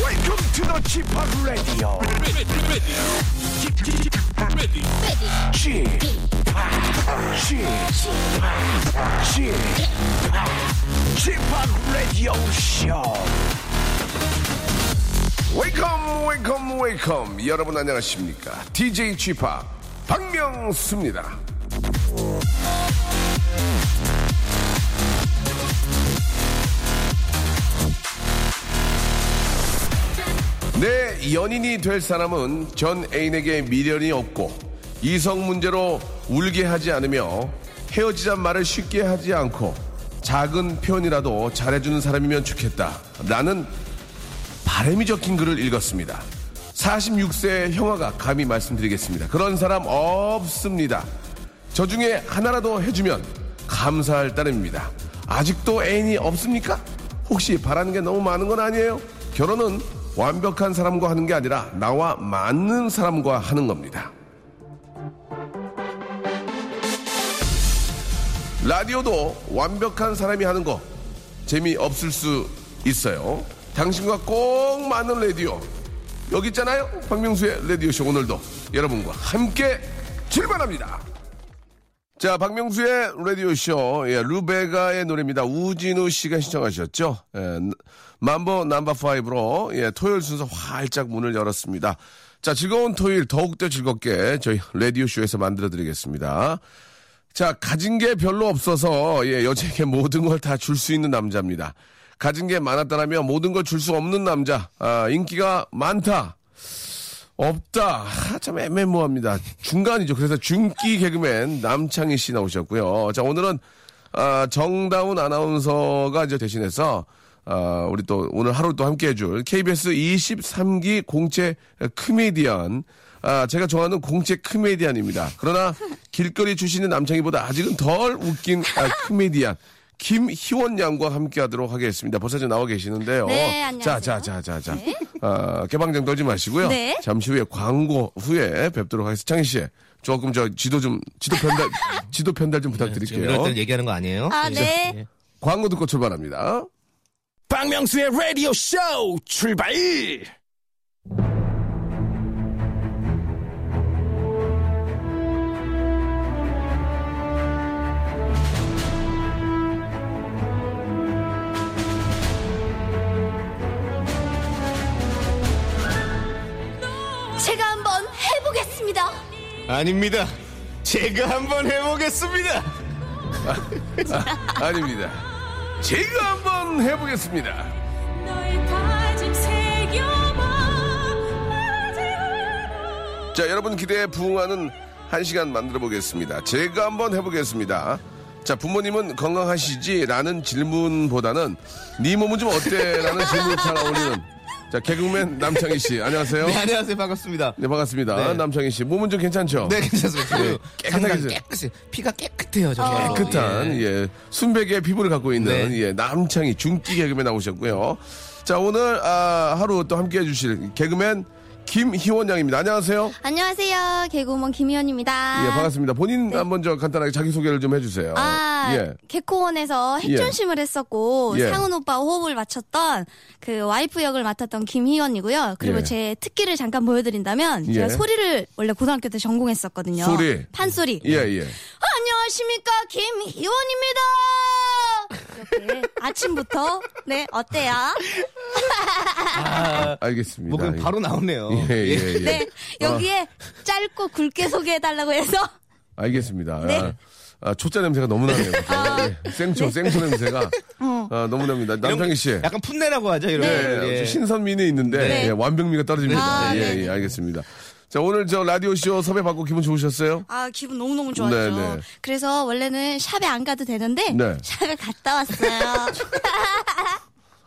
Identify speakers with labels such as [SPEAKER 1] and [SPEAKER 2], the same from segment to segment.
[SPEAKER 1] Welcome to the Chip Radio. Chip Chip Chip Radio Show.
[SPEAKER 2] 웨이컴 웨이컴 웨이컴 여러분 안녕하십니까 DJ g 파 박명수입니다 내 네, 연인이 될 사람은 전 애인에게 미련이 없고 이성 문제로 울게 하지 않으며 헤어지자 말을 쉽게 하지 않고 작은 표현이라도 잘해주는 사람이면 좋겠다 라는 바람이 적힌 글을 읽었습니다. 46세 형아가 감히 말씀드리겠습니다. 그런 사람 없습니다. 저 중에 하나라도 해주면 감사할 따름입니다. 아직도 애인이 없습니까? 혹시 바라는 게 너무 많은 건 아니에요? 결혼은 완벽한 사람과 하는 게 아니라 나와 맞는 사람과 하는 겁니다. 라디오도 완벽한 사람이 하는 거 재미없을 수 있어요. 당신과 꼭 맞는 라디오. 여기 있잖아요. 박명수의 라디오쇼 오늘도 여러분과 함께 출발합니다. 자, 박명수의 라디오쇼. 예, 루베가의 노래입니다. 우진우 씨가 신청하셨죠. 예, 만보 넘버 5로 예, 토요일 순서 활짝 문을 열었습니다. 자, 즐거운 토요일 더욱더 즐겁게 저희 라디오쇼에서 만들어 드리겠습니다. 자, 가진 게 별로 없어서 예, 여자에게 모든 걸 다 줄 수 있는 남자입니다. 가진 게 많았다라면 모든 걸 줄 수 없는 남자. 아, 인기가 많다. 없다. 아, 참 애매모호합니다. 중간이죠. 그래서 중기 개그맨 남창희 씨 나오셨고요. 자, 오늘은 아, 정다운 아나운서가 이제 대신해서 아, 우리 또 오늘 하루 또 함께 해줄 KBS 23기 공채 코미디언. 아, 제가 좋아하는 공채 코미디언입니다. 그러나 길거리 출신인 남창희보다 아직은 덜 웃긴 아, 코미디언. 김희원 양과 함께 하도록 하겠습니다. 벌써 지금 나와 계시는데요.
[SPEAKER 3] 네,
[SPEAKER 2] 자,
[SPEAKER 3] 안녕하세요.
[SPEAKER 2] 자, 자, 자, 자. 아, 개방장 떨지 마시고요.
[SPEAKER 3] 네.
[SPEAKER 2] 잠시 후에 광고 후에 뵙도록 하겠습니다. 창희 씨, 조금 저 지도 좀 지도 편달 지도 편달 좀
[SPEAKER 4] 네, 지금 이럴
[SPEAKER 2] 부탁드릴게요.
[SPEAKER 4] 때는 얘기하는 거 아니에요?
[SPEAKER 3] 아, 네.
[SPEAKER 2] 광고 듣고 출발합니다.
[SPEAKER 1] 박명수의 라디오 쇼 출발.
[SPEAKER 3] 제가 한번 해보겠습니다.
[SPEAKER 4] 아닙니다. 제가 한번 해보겠습니다.
[SPEAKER 2] 아닙니다. 제가 한번 해보겠습니다. 자, 여러분 기대에 부응하는 한 시간 만들어 보겠습니다. 제가 한번 해보겠습니다. 자, 부모님은 건강하시지? 라는 질문보다는 네 몸은 좀 어때? 라는 질문이 잘 어울리는. 자, 개그맨 남창희 씨, 안녕하세요.
[SPEAKER 4] 네, 안녕하세요. 반갑습니다.
[SPEAKER 2] 네, 반갑습니다.
[SPEAKER 4] 네.
[SPEAKER 2] 남창희 씨, 몸은 좀 괜찮죠?
[SPEAKER 4] 네, 괜찮습니다.
[SPEAKER 2] 네,
[SPEAKER 4] 상당히
[SPEAKER 2] 깨끗하게
[SPEAKER 4] 깨끗해요. 피가 깨끗해요,
[SPEAKER 3] 어.
[SPEAKER 4] 정말.
[SPEAKER 2] 깨끗한 예. 순백의 피부를 갖고 있는
[SPEAKER 4] 네.
[SPEAKER 2] 예, 남창희 중기 개그맨 나오셨고요. 자 오늘 아, 하루 또 함께해 주실 개그맨 김희원 양입니다. 안녕하세요.
[SPEAKER 3] 안녕하세요. 개그우먼 김희연입니다.
[SPEAKER 2] 예 반갑습니다. 본인 한번 저 간단하게 자기 소개를 좀 해주세요.
[SPEAKER 3] 네. 아,
[SPEAKER 2] 예.
[SPEAKER 3] 개코원에서 핵존심을 했었고
[SPEAKER 2] 예.
[SPEAKER 3] 상훈 오빠 호흡을 맞췄던 그 와이프 역을 맡았던 김희원이고요. 그리고
[SPEAKER 2] 예.
[SPEAKER 3] 제 특기를 잠깐 보여드린다면
[SPEAKER 2] 예.
[SPEAKER 3] 제가 소리를 원래 고등학교 때 전공했었거든요.
[SPEAKER 2] 소리.
[SPEAKER 3] 판소리.
[SPEAKER 2] 예
[SPEAKER 4] 네.
[SPEAKER 2] 예.
[SPEAKER 3] 안녕하십니까 김희원입니다. 이렇게 아침부터 네 어때요?
[SPEAKER 2] 알겠습니다.
[SPEAKER 4] 목은 뭐 바로 나오네요.
[SPEAKER 2] 예, 예, 예. 어.
[SPEAKER 3] 네 여기에 짧고 굵게 소개해달라고 해서
[SPEAKER 2] 알겠습니다.
[SPEAKER 3] 네. 아.
[SPEAKER 2] 아, 아, 초짜 냄새가 너무 나네요. 예. 생초, 생초 냄새가
[SPEAKER 3] 어.
[SPEAKER 2] 아, 너무 납니다. 남창희 씨.
[SPEAKER 4] 약간 풋내라고 하죠, 이런 거.
[SPEAKER 2] 예,
[SPEAKER 4] 예.
[SPEAKER 2] 신선미는 있는데
[SPEAKER 4] 네.
[SPEAKER 2] 예, 완벽미가 떨어집니다.
[SPEAKER 3] 네, 아,
[SPEAKER 2] 예,
[SPEAKER 3] 네.
[SPEAKER 2] 예, 알겠습니다. 자, 오늘 저 라디오 쇼 섭외 받고 기분 좋으셨어요?
[SPEAKER 3] 아 기분 너무 너무 좋았죠.
[SPEAKER 2] 네, 네.
[SPEAKER 3] 그래서 원래는 샵에 안 가도 되는데
[SPEAKER 2] 네.
[SPEAKER 3] 샵에 갔다 왔어요.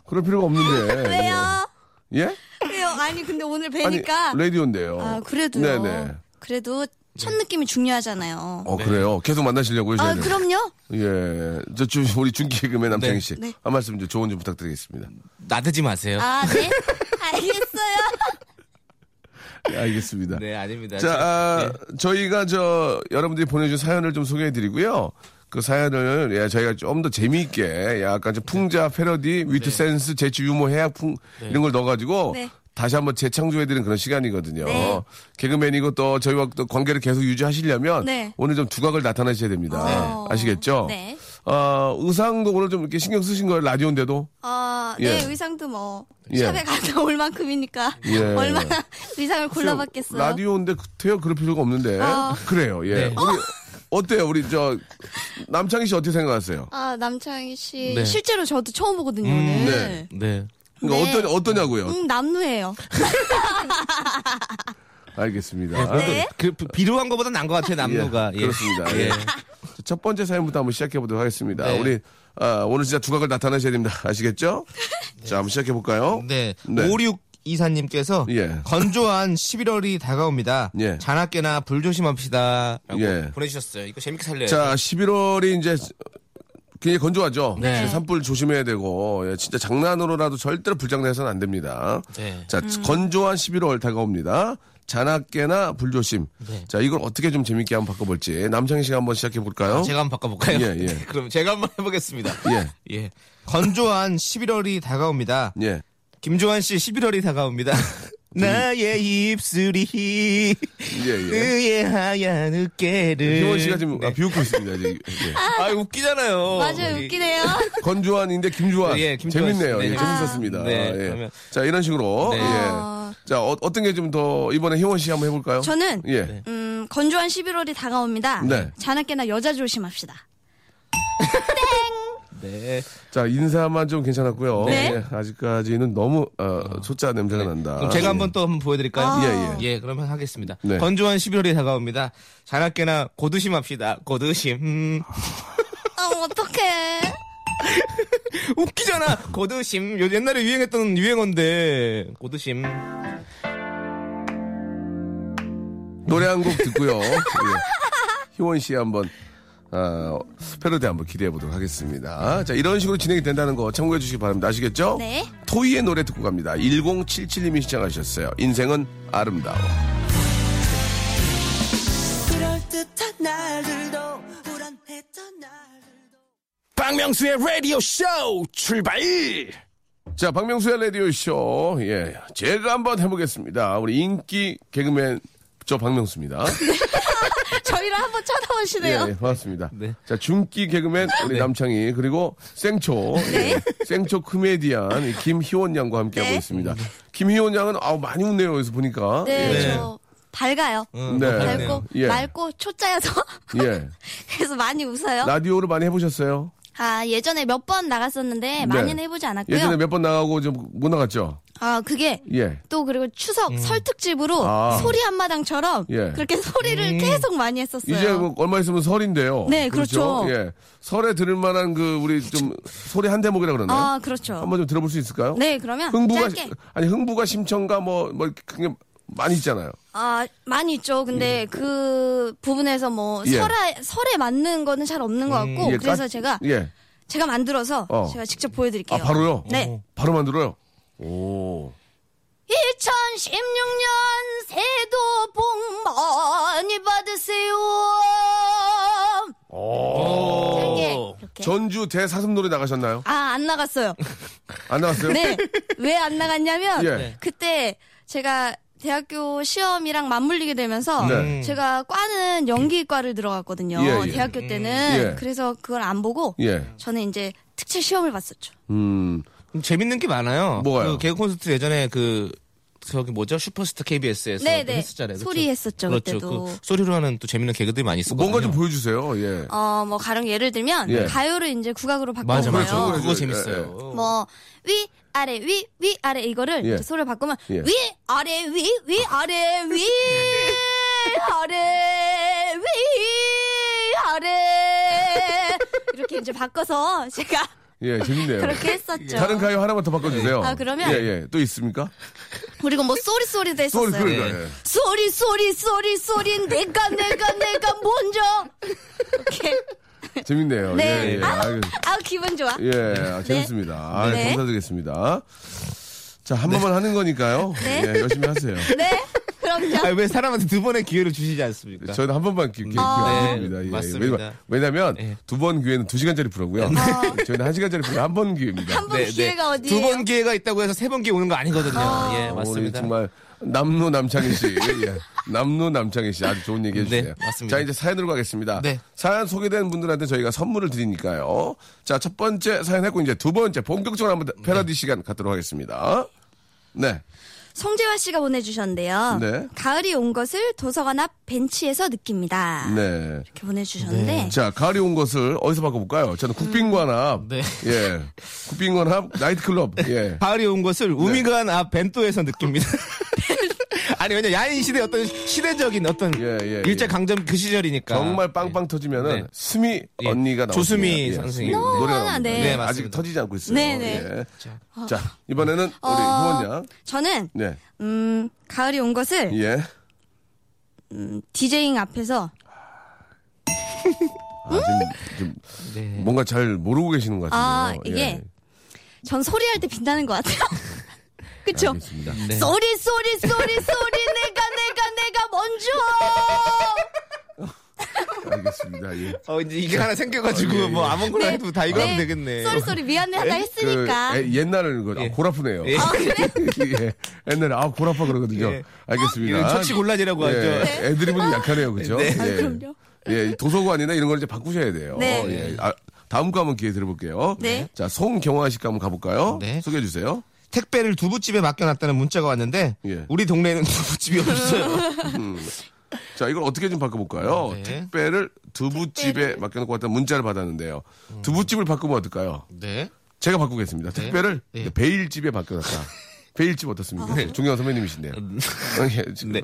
[SPEAKER 2] 그럴 필요가 없는데.
[SPEAKER 3] 왜요?
[SPEAKER 2] 예?
[SPEAKER 3] 왜요? 아니 근데 오늘
[SPEAKER 2] 아니,
[SPEAKER 3] 뵈니까
[SPEAKER 2] 라디오인데요.
[SPEAKER 3] 아 그래도요.
[SPEAKER 2] 네네.
[SPEAKER 3] 그래도 첫 느낌이 중요하잖아요.
[SPEAKER 2] 어, 네, 그래요. 계속 만나시려고요,
[SPEAKER 3] 아
[SPEAKER 2] 저희는.
[SPEAKER 3] 그럼요.
[SPEAKER 2] 예. 저, 주, 우리 중기개그맨 남창희 씨.
[SPEAKER 3] 네.
[SPEAKER 2] 한 말씀 좀 조언 좀 부탁드리겠습니다.
[SPEAKER 4] 나대지 마세요.
[SPEAKER 3] 아 네. 알겠어요.
[SPEAKER 2] 예, 알겠습니다.
[SPEAKER 4] 네, 아닙니다.
[SPEAKER 2] 자, 아, 저희가 저 여러분들이 보내준 사연을 좀 소개해드리고요. 그 사연을 예, 저희가 좀 더 예, 재미있게 약간 좀 풍자 패러디 위트 센스 재치 유머 해학 풍 이런 걸 넣어가지고
[SPEAKER 3] 네.
[SPEAKER 2] 다시 한번 재창조해드리는 그런 시간이거든요.
[SPEAKER 3] 네.
[SPEAKER 2] 개그맨이고 또 저희와 또 관계를 계속 유지하시려면
[SPEAKER 3] 네.
[SPEAKER 2] 오늘 좀 두각을 나타내셔야 됩니다.
[SPEAKER 3] 어.
[SPEAKER 2] 아시겠죠?
[SPEAKER 3] 네.
[SPEAKER 2] 어, 의상도 오늘 좀 이렇게 신경 쓰신 거예요 라디오인데도
[SPEAKER 3] 아,
[SPEAKER 2] 예.
[SPEAKER 3] 네, 의상도 뭐
[SPEAKER 2] 예.
[SPEAKER 3] 샵에 가서 올 만큼이니까
[SPEAKER 2] 예.
[SPEAKER 3] 얼마나 의상을 골라봤겠어요.
[SPEAKER 2] 라디오인데 태어 그럴 필요가 없는데
[SPEAKER 3] 어.
[SPEAKER 2] 그래요. 예.
[SPEAKER 4] 네.
[SPEAKER 2] 우리 어때요? 우리 저 남창희 씨 어떻게 생각하세요?
[SPEAKER 3] 아, 남창희 씨.
[SPEAKER 4] 네.
[SPEAKER 3] 실제로 저도 처음 보거든요, 오늘.
[SPEAKER 2] 네.
[SPEAKER 4] 네.
[SPEAKER 2] 그러니까
[SPEAKER 3] 네.
[SPEAKER 2] 어떠 어떠냐고요?
[SPEAKER 3] 음, 남루예요.
[SPEAKER 2] 알겠습니다.
[SPEAKER 3] 네.
[SPEAKER 4] 그 비- 비루한 것보다 난 것 같아요 남루가.
[SPEAKER 2] 아, 예, 그렇습니다. 예. 첫 번째 사연부터 한번 시작해 보도록 하겠습니다.
[SPEAKER 4] 네.
[SPEAKER 2] 우리 아, 오늘 진짜 두각을 나타내셔야 됩니다. 아시겠죠? 자, 한번 시작해 볼까요?
[SPEAKER 4] 네.
[SPEAKER 2] 네.
[SPEAKER 4] 56 이사님께서
[SPEAKER 2] 예.
[SPEAKER 4] 건조한 11월이 다가옵니다.
[SPEAKER 2] 예.
[SPEAKER 4] 자나깨나 불 조심합시다. 라고
[SPEAKER 2] 예.
[SPEAKER 4] 보내주셨어요. 이거 재밌게 살려요.
[SPEAKER 2] 자, 11월이 이제 굉장히 건조하죠.
[SPEAKER 4] 네.
[SPEAKER 2] 산불 조심해야 되고 예, 진짜 장난으로라도 절대로 불장난해서는 안 됩니다.
[SPEAKER 4] 네.
[SPEAKER 2] 자,
[SPEAKER 3] 음.
[SPEAKER 2] 건조한 11월 다가옵니다. 자나깨나 불조심.
[SPEAKER 4] 네.
[SPEAKER 2] 자, 이걸 어떻게 좀 재밌게 한번 바꿔볼지 남창희 씨가 한번 시작해 볼까요?
[SPEAKER 4] 아, 제가 한번 바꿔볼까요?
[SPEAKER 2] 어?
[SPEAKER 4] 네,
[SPEAKER 2] 예, 예.
[SPEAKER 4] 그럼 제가 한번 해보겠습니다.
[SPEAKER 2] 예.
[SPEAKER 4] 예. 건조한 11월이 다가옵니다.
[SPEAKER 2] 예.
[SPEAKER 4] 김종환 씨 11월이 다가옵니다. 나의 입술이
[SPEAKER 2] 네. 예, 예.
[SPEAKER 4] 그의 하얀 으깨를
[SPEAKER 2] 희원 씨가 지금
[SPEAKER 4] 네.
[SPEAKER 2] 아, 비웃고 있습니다. 이제. 예.
[SPEAKER 4] 아
[SPEAKER 2] 어,
[SPEAKER 4] 웃기잖아요.
[SPEAKER 3] 맞아요,
[SPEAKER 4] 이-
[SPEAKER 3] 웃기네요.
[SPEAKER 2] 건조한인데 김주환.
[SPEAKER 4] 예, 김주환 씨.
[SPEAKER 2] 재밌네요.
[SPEAKER 4] 네.
[SPEAKER 2] 예, 재밌었습니다.
[SPEAKER 4] 네,
[SPEAKER 2] 예.
[SPEAKER 4] 그러면-
[SPEAKER 2] 자, 이런 식으로.
[SPEAKER 4] 네.
[SPEAKER 2] 예. 자, 어, 떤 게 좀 더 이번에 희원 씨 한번 해볼까요?
[SPEAKER 3] 저는
[SPEAKER 2] 예.
[SPEAKER 3] 음, 건조한 11월이 다가옵니다.
[SPEAKER 2] 네.
[SPEAKER 3] 자나깨나 여자 조심합시다.
[SPEAKER 4] 네.
[SPEAKER 2] 자, 인사만 좀 괜찮았고요.
[SPEAKER 3] 네.
[SPEAKER 2] 예, 아직까지는 너무 어, 소자 냄새가 난다.
[SPEAKER 4] 그럼 제가 한번 또 한번 보여드릴까요?
[SPEAKER 3] 아.
[SPEAKER 2] 예,
[SPEAKER 4] 예, 그러면 하겠습니다.
[SPEAKER 2] 네.
[SPEAKER 4] 건조한 11월이 다가옵니다. 자나깨나 고두심합시다. 고두심. 음.
[SPEAKER 3] 아, 어떡해.
[SPEAKER 4] 웃기잖아. 고두심. 요- 옛날에 유행했던 유행어인데 고두심.
[SPEAKER 2] 노래 한 곡 듣고요. 예. 희원 씨 한번 아, 패러디 한번 기대해 보도록 하겠습니다. 자, 이런 식으로 진행이 된다는 거 참고해 주시기 바랍니다. 아시겠죠?
[SPEAKER 3] 네.
[SPEAKER 2] 토이의 노래 듣고 갑니다. 1077님이 시청하셨어요. 인생은 아름다워.
[SPEAKER 5] 그럴듯한 날들도 불안했던 날들도
[SPEAKER 1] 박명수의 라디오 쇼 출발!
[SPEAKER 2] 자, 박명수의 라디오쇼. 예. 제가 한번 해보겠습니다. 우리 인기 개그맨, 저 박명수입니다.
[SPEAKER 3] 저희를 한번
[SPEAKER 2] 예,
[SPEAKER 3] 쳐다보시네요.
[SPEAKER 2] 예, 반갑습니다.
[SPEAKER 4] 네.
[SPEAKER 2] 자, 중기 개그맨, 우리 남창희, 그리고 생초. 예, 생초 코미디안, 이 김희원 양과 함께하고
[SPEAKER 3] 네.
[SPEAKER 2] 있습니다. 김희원 양은, 아우, 많이 웃네요. 여기서 보니까. 예.
[SPEAKER 3] 네,
[SPEAKER 4] 네.
[SPEAKER 3] 저 밝아요.
[SPEAKER 4] 음,
[SPEAKER 2] 네.
[SPEAKER 4] 밝네요.
[SPEAKER 3] 밝고
[SPEAKER 2] 예.
[SPEAKER 3] 맑고 초짜여서
[SPEAKER 2] 예. 예.
[SPEAKER 3] 그래서 많이 웃어요.
[SPEAKER 2] 라디오를 많이 해보셨어요?
[SPEAKER 3] 아 예전에 몇 번 나갔었는데 많이는 해보지 않았고요.
[SPEAKER 2] 네. 예전에 몇 번 나가고 좀 못 나갔죠?
[SPEAKER 3] 아 그게
[SPEAKER 2] 예.
[SPEAKER 3] 또 그리고 추석 설 특집으로
[SPEAKER 2] 아.
[SPEAKER 3] 소리 한마당처럼
[SPEAKER 2] 예.
[SPEAKER 3] 그렇게 소리를 계속 많이 했었어요.
[SPEAKER 2] 이제 뭐 얼마 있으면 설인데요.
[SPEAKER 3] 네, 그렇죠.
[SPEAKER 2] 예. 설에 들을 만한 그, 우리 좀, 소리 한 대목이라 그러나요?
[SPEAKER 3] 아 그렇죠.
[SPEAKER 2] 한번 좀 들어볼 수 있을까요?
[SPEAKER 3] 네 그러면
[SPEAKER 2] 흥부가
[SPEAKER 3] 짧게
[SPEAKER 2] 아니 흥부가 심청가 뭐뭐 그게 많이 있잖아요.
[SPEAKER 3] 아 많이 있죠. 근데 그 부분에서 뭐
[SPEAKER 2] 예.
[SPEAKER 3] 설에 설에 맞는 거는 잘 없는 것 같고
[SPEAKER 2] 예,
[SPEAKER 3] 그래서
[SPEAKER 2] 까-
[SPEAKER 3] 제가
[SPEAKER 2] 예.
[SPEAKER 3] 제가 만들어서
[SPEAKER 2] 어.
[SPEAKER 3] 제가 직접
[SPEAKER 2] 아
[SPEAKER 3] 보여드릴게요.
[SPEAKER 2] 바로요.
[SPEAKER 3] 네.
[SPEAKER 2] 바로 만들어요. 오.
[SPEAKER 3] 2016년 새도 복 많이 받으세요. 이게 이렇게.
[SPEAKER 2] 전주 대사슴 노래 나가셨나요?
[SPEAKER 3] 아, 안 나갔어요.
[SPEAKER 2] 안 나갔어요?
[SPEAKER 3] 네. 왜 안 나갔냐면,
[SPEAKER 2] 예.
[SPEAKER 3] 그때 제가 대학교 시험이랑 맞물리게 되면서,
[SPEAKER 2] 네.
[SPEAKER 3] 제가 과는 연기과를 들어갔거든요.
[SPEAKER 2] 예, 예.
[SPEAKER 3] 대학교 때는.
[SPEAKER 2] 예.
[SPEAKER 3] 그래서 그걸 안 보고,
[SPEAKER 2] 예.
[SPEAKER 3] 저는 이제 특채 시험을 봤었죠.
[SPEAKER 2] 음.
[SPEAKER 4] 재밌는 게 많아요.
[SPEAKER 2] 뭐가요?
[SPEAKER 4] 그 개그 콘서트 예전에 그 저기 뭐죠? 슈퍼스타 KBS에서
[SPEAKER 3] 네, 네.
[SPEAKER 4] 했었잖아요. 그렇죠?
[SPEAKER 3] 소리 했었죠,
[SPEAKER 4] 그렇죠.
[SPEAKER 3] 그때도.
[SPEAKER 4] 그 소리로 하는 또 재밌는 개그들이 많이 있었거든요.
[SPEAKER 2] 뭔가 좀 보여주세요. 예.
[SPEAKER 3] 어, 뭐, 가령 예를 들면,
[SPEAKER 2] 예.
[SPEAKER 3] 가요를 이제 국악으로 바꿔요.
[SPEAKER 4] 맞아, 맞아.
[SPEAKER 2] 그거요.
[SPEAKER 4] 그거 재밌어요.
[SPEAKER 3] 뭐, 위, 아래, 위, 위, 아래, 이거를
[SPEAKER 2] 예.
[SPEAKER 3] 이렇게 소리를 바꾸면,
[SPEAKER 2] 예.
[SPEAKER 3] 위, 아래, 위, 위, 아래, 위, 아래, 위, 아래. 이렇게 이제 바꿔서 제가
[SPEAKER 2] 예, 재밌네요. 예.
[SPEAKER 3] 그렇게 했었죠.
[SPEAKER 2] 다른 가요 하나만 더 바꿔 주세요.
[SPEAKER 3] 아, 그러면?
[SPEAKER 2] 예, 예. 또 있습니까?
[SPEAKER 3] 그리고 뭐, 쏘리쏘리도
[SPEAKER 2] 소리
[SPEAKER 3] 했었어요.
[SPEAKER 2] 그러니까.
[SPEAKER 4] 네.
[SPEAKER 2] 예.
[SPEAKER 3] 쏘리, 쏘리, 쏘리, 쏘리, 내가, 내가, 내가 먼저. 이렇게.
[SPEAKER 2] 재밌네요.
[SPEAKER 3] 네.
[SPEAKER 2] 예, 예.
[SPEAKER 3] 아우,
[SPEAKER 2] 알겠-
[SPEAKER 3] 아우, 기분 좋아.
[SPEAKER 2] 예, 아, 재밌습니다. 아,
[SPEAKER 3] 네.
[SPEAKER 2] 감사드리겠습니다. 자, 한 번만 하는 거니까요.
[SPEAKER 3] 네.
[SPEAKER 2] 예, 열심히 하세요.
[SPEAKER 3] 네. 그럼 명장.
[SPEAKER 4] 아, 왜 사람한테 두 번의 기회를 주시지 않습니까?
[SPEAKER 2] 저는 한 번만 기- 기-
[SPEAKER 3] 아.
[SPEAKER 2] 기회가 있습니다.
[SPEAKER 4] 네,
[SPEAKER 2] 예,
[SPEAKER 4] 맞습니다.
[SPEAKER 2] 왜냐면
[SPEAKER 4] 예.
[SPEAKER 2] 두 번 기회는 두 시간짜리 프로고요.
[SPEAKER 3] 아.
[SPEAKER 2] 저희는 한 시간짜리 프로 한 번 기회입니다.
[SPEAKER 3] 한 번 네, 기회가 어디예요?
[SPEAKER 4] 두 번 기회가 있다고 해서 세 번 기회 오는 거 아니거든요. 예,
[SPEAKER 2] 어,
[SPEAKER 4] 맞습니다.
[SPEAKER 2] 우리 정말 남루 남창희 씨, 예. 남루 남창희 씨 아주 좋은 얘기 해주세요.
[SPEAKER 4] 네, 맞습니다.
[SPEAKER 2] 자 이제 사연으로 가겠습니다.
[SPEAKER 4] 네.
[SPEAKER 2] 사연 소개된 분들한테 저희가 선물을 드리니까요. 자 첫 번째 사연 했고 이제 두 번째 본격적으로
[SPEAKER 4] 네.
[SPEAKER 2] 한번 패러디 시간 갖도록 하겠습니다. 네,
[SPEAKER 3] 송재화 씨가 보내주셨는데요.
[SPEAKER 2] 네.
[SPEAKER 3] 가을이 온 것을 도서관 앞 벤치에서 느낍니다.
[SPEAKER 2] 네.
[SPEAKER 3] 이렇게 보내주셨는데
[SPEAKER 2] 자 가을이 온 것을 어디서 바꿔볼까요? 저는 국빈관 앞,
[SPEAKER 4] 네.
[SPEAKER 2] 예, 국빈관 앞 나이트클럽, 예.
[SPEAKER 4] 가을이 온 것을 우미관 앞 벤토에서 느낍니다. 아니 왜냐 야인 시대 어떤 시대적인 어떤
[SPEAKER 2] 예, 예,
[SPEAKER 4] 일제 강점 그 시절이니까
[SPEAKER 2] 정말 빵빵 터지면은
[SPEAKER 4] 네.
[SPEAKER 2] 수미
[SPEAKER 4] 예.
[SPEAKER 2] 언니가 예. 나오습
[SPEAKER 4] 조수미 선생님. 너무나
[SPEAKER 3] 네.
[SPEAKER 4] 네,
[SPEAKER 2] 아직
[SPEAKER 4] 맞습니다.
[SPEAKER 2] 터지지 않고 있어요.
[SPEAKER 3] 네, 네.
[SPEAKER 2] 예. 자 이번에는 우리
[SPEAKER 3] 어.
[SPEAKER 2] 후원 양.
[SPEAKER 3] 저는
[SPEAKER 2] 네.
[SPEAKER 3] 음, 가을이 온 것을
[SPEAKER 2] 예.
[SPEAKER 3] 디제잉 앞에서
[SPEAKER 2] 아, 지금, 좀
[SPEAKER 4] 네.
[SPEAKER 2] 뭔가 잘 모르고 계시는 것
[SPEAKER 3] 아
[SPEAKER 2] 같은데요.
[SPEAKER 3] 이게
[SPEAKER 2] 예.
[SPEAKER 3] 전 소리할 때 빛나는 것 같아요. 그쵸?
[SPEAKER 2] 알겠습니다.
[SPEAKER 4] 네.
[SPEAKER 3] 소리 소리 소리 소리 내가 내가 내가 먼저
[SPEAKER 2] 알겠습니다. 예.
[SPEAKER 4] 어 이제 이게 하나 생겨가지고
[SPEAKER 2] 어, 예,
[SPEAKER 4] 뭐
[SPEAKER 2] 예.
[SPEAKER 3] 네.
[SPEAKER 4] 아무거나 해도 다 이거 하면 되겠네.
[SPEAKER 3] 소리 소리 미안해 하다 했으니까
[SPEAKER 2] 그, 에, 옛날에는 그, 아,
[SPEAKER 4] 예.
[SPEAKER 2] 골 아프네요.
[SPEAKER 4] 예. 아,
[SPEAKER 2] 예. 옛날에 아, 골 아파 그러거든요.
[SPEAKER 4] 예.
[SPEAKER 2] 알겠습니다.
[SPEAKER 4] 이건 처치곤란이라고 하죠.
[SPEAKER 3] 네.
[SPEAKER 2] 예. 애드립은 좀 약하네요. 그죠?
[SPEAKER 4] 네.
[SPEAKER 3] 아,
[SPEAKER 2] 예.
[SPEAKER 3] 그럼요.
[SPEAKER 2] 예. 도서관이나 이런 걸 이제 바꾸셔야 돼요.
[SPEAKER 3] 네.
[SPEAKER 2] 예. 아, 다음 거 한번 기회 드려볼게요.
[SPEAKER 3] 네.
[SPEAKER 2] 자, 송경화 씨가 한번 가볼까요?
[SPEAKER 4] 네.
[SPEAKER 2] 소개해 주세요.
[SPEAKER 4] 택배를 두부집에 맡겨놨다는 문자가 왔는데
[SPEAKER 2] 예.
[SPEAKER 4] 우리 동네에는 두부집이 없어요.
[SPEAKER 2] 자, 이걸 어떻게 좀 바꿔볼까요?
[SPEAKER 4] 네.
[SPEAKER 2] 택배를 두부집에 맡겨놓고 왔다 문자를 받았는데요. 두부집을 바꾸면 어떨까요?
[SPEAKER 4] 네.
[SPEAKER 2] 제가 바꾸겠습니다. 택배를
[SPEAKER 4] 네.
[SPEAKER 2] 베일집에 바꿔놨다. 베일집 어떻습니까? 중요한 선배님이신데요. 아, 예, 지금.
[SPEAKER 4] 네.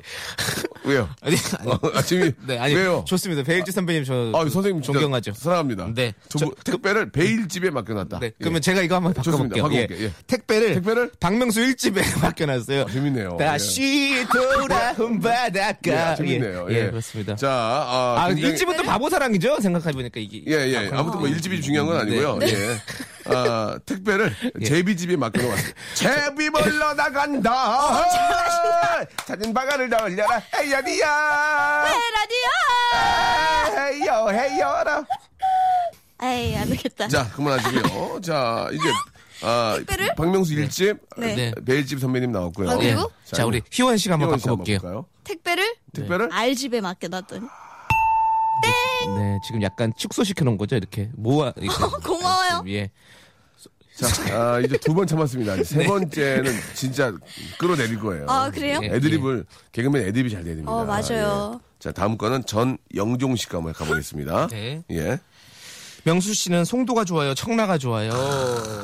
[SPEAKER 2] 왜요?
[SPEAKER 4] 아니,
[SPEAKER 2] 어, 아침이
[SPEAKER 4] 네 아니
[SPEAKER 2] 왜요?
[SPEAKER 4] 좋습니다. 배일지 선배님 저
[SPEAKER 2] 아, 선생님 진짜
[SPEAKER 4] 존경하죠.
[SPEAKER 2] 사랑합니다.
[SPEAKER 4] 네.
[SPEAKER 2] 두부- 택배를 베일집에 맡겨놨다.
[SPEAKER 4] 네,
[SPEAKER 2] 예.
[SPEAKER 4] 그러면 제가 이거 한번
[SPEAKER 2] 좋습니다.
[SPEAKER 4] 바꿔볼게요.
[SPEAKER 2] 바꿔볼게요. 예.
[SPEAKER 4] 택배를,
[SPEAKER 2] 택배를? 아,
[SPEAKER 4] 박명수 1집에 맡겨놨어요.
[SPEAKER 2] 재밌네요.
[SPEAKER 4] 다시 돌아온
[SPEAKER 2] 예,
[SPEAKER 4] 바닷가.
[SPEAKER 2] 아, 재밌네요.
[SPEAKER 4] 예, 예, 그렇습니다.
[SPEAKER 2] 자, 아,
[SPEAKER 4] 아,
[SPEAKER 2] 굉장히-
[SPEAKER 4] 일집은
[SPEAKER 3] 네.
[SPEAKER 4] 네. 또 바보 사랑이죠? 생각해보니까 이게.
[SPEAKER 2] 예, 예. 아무튼 뭐 일집이 중요한 건 아니고요. 예. 아, 택배를
[SPEAKER 4] 예.
[SPEAKER 2] 제비집에 맡겨놓았어요. 제비 벌러 나간다.
[SPEAKER 4] 어,
[SPEAKER 2] 찾은 바가를 다 올려라. 헤이야디야.
[SPEAKER 3] 네, 라디오
[SPEAKER 2] 아, 헤이요, 헤이요라.
[SPEAKER 3] 에이 안 되겠다
[SPEAKER 2] 자, 그만하시고요. 자, 이제 아,
[SPEAKER 3] 택배를?
[SPEAKER 2] 박명수 일집,
[SPEAKER 3] 네.
[SPEAKER 4] 네.
[SPEAKER 2] 베일집 선배님 나왔고요.
[SPEAKER 3] 아,
[SPEAKER 4] 예.
[SPEAKER 3] 그리고?
[SPEAKER 4] 자, 우리 희원 씨가 한번
[SPEAKER 2] 희원 씨
[SPEAKER 4] 바꿔볼게요.
[SPEAKER 2] 볼까요?
[SPEAKER 3] 택배를
[SPEAKER 2] 택배를
[SPEAKER 3] 알집에 맡겨놨더니
[SPEAKER 4] 네, 지금 약간 축소시켜놓은 거죠? 이렇게 모아. 이렇게.
[SPEAKER 3] 고마워요.
[SPEAKER 4] 예.
[SPEAKER 2] 자, 아, 이제 두 번 참았습니다. 이제 세 번째는 진짜 끌어내릴 거예요. 네,
[SPEAKER 3] 아 그래요?
[SPEAKER 4] 예.
[SPEAKER 2] 애드립을 개그맨 애드립이 잘 돼야 됩니다.
[SPEAKER 3] 어, 맞아요.
[SPEAKER 2] 예. 자 다음 거는 전영종 씨가 한번 가보겠습니다.
[SPEAKER 4] 네.
[SPEAKER 2] 예.
[SPEAKER 4] 명수 씨는 송도가 좋아요, 청라가 좋아요.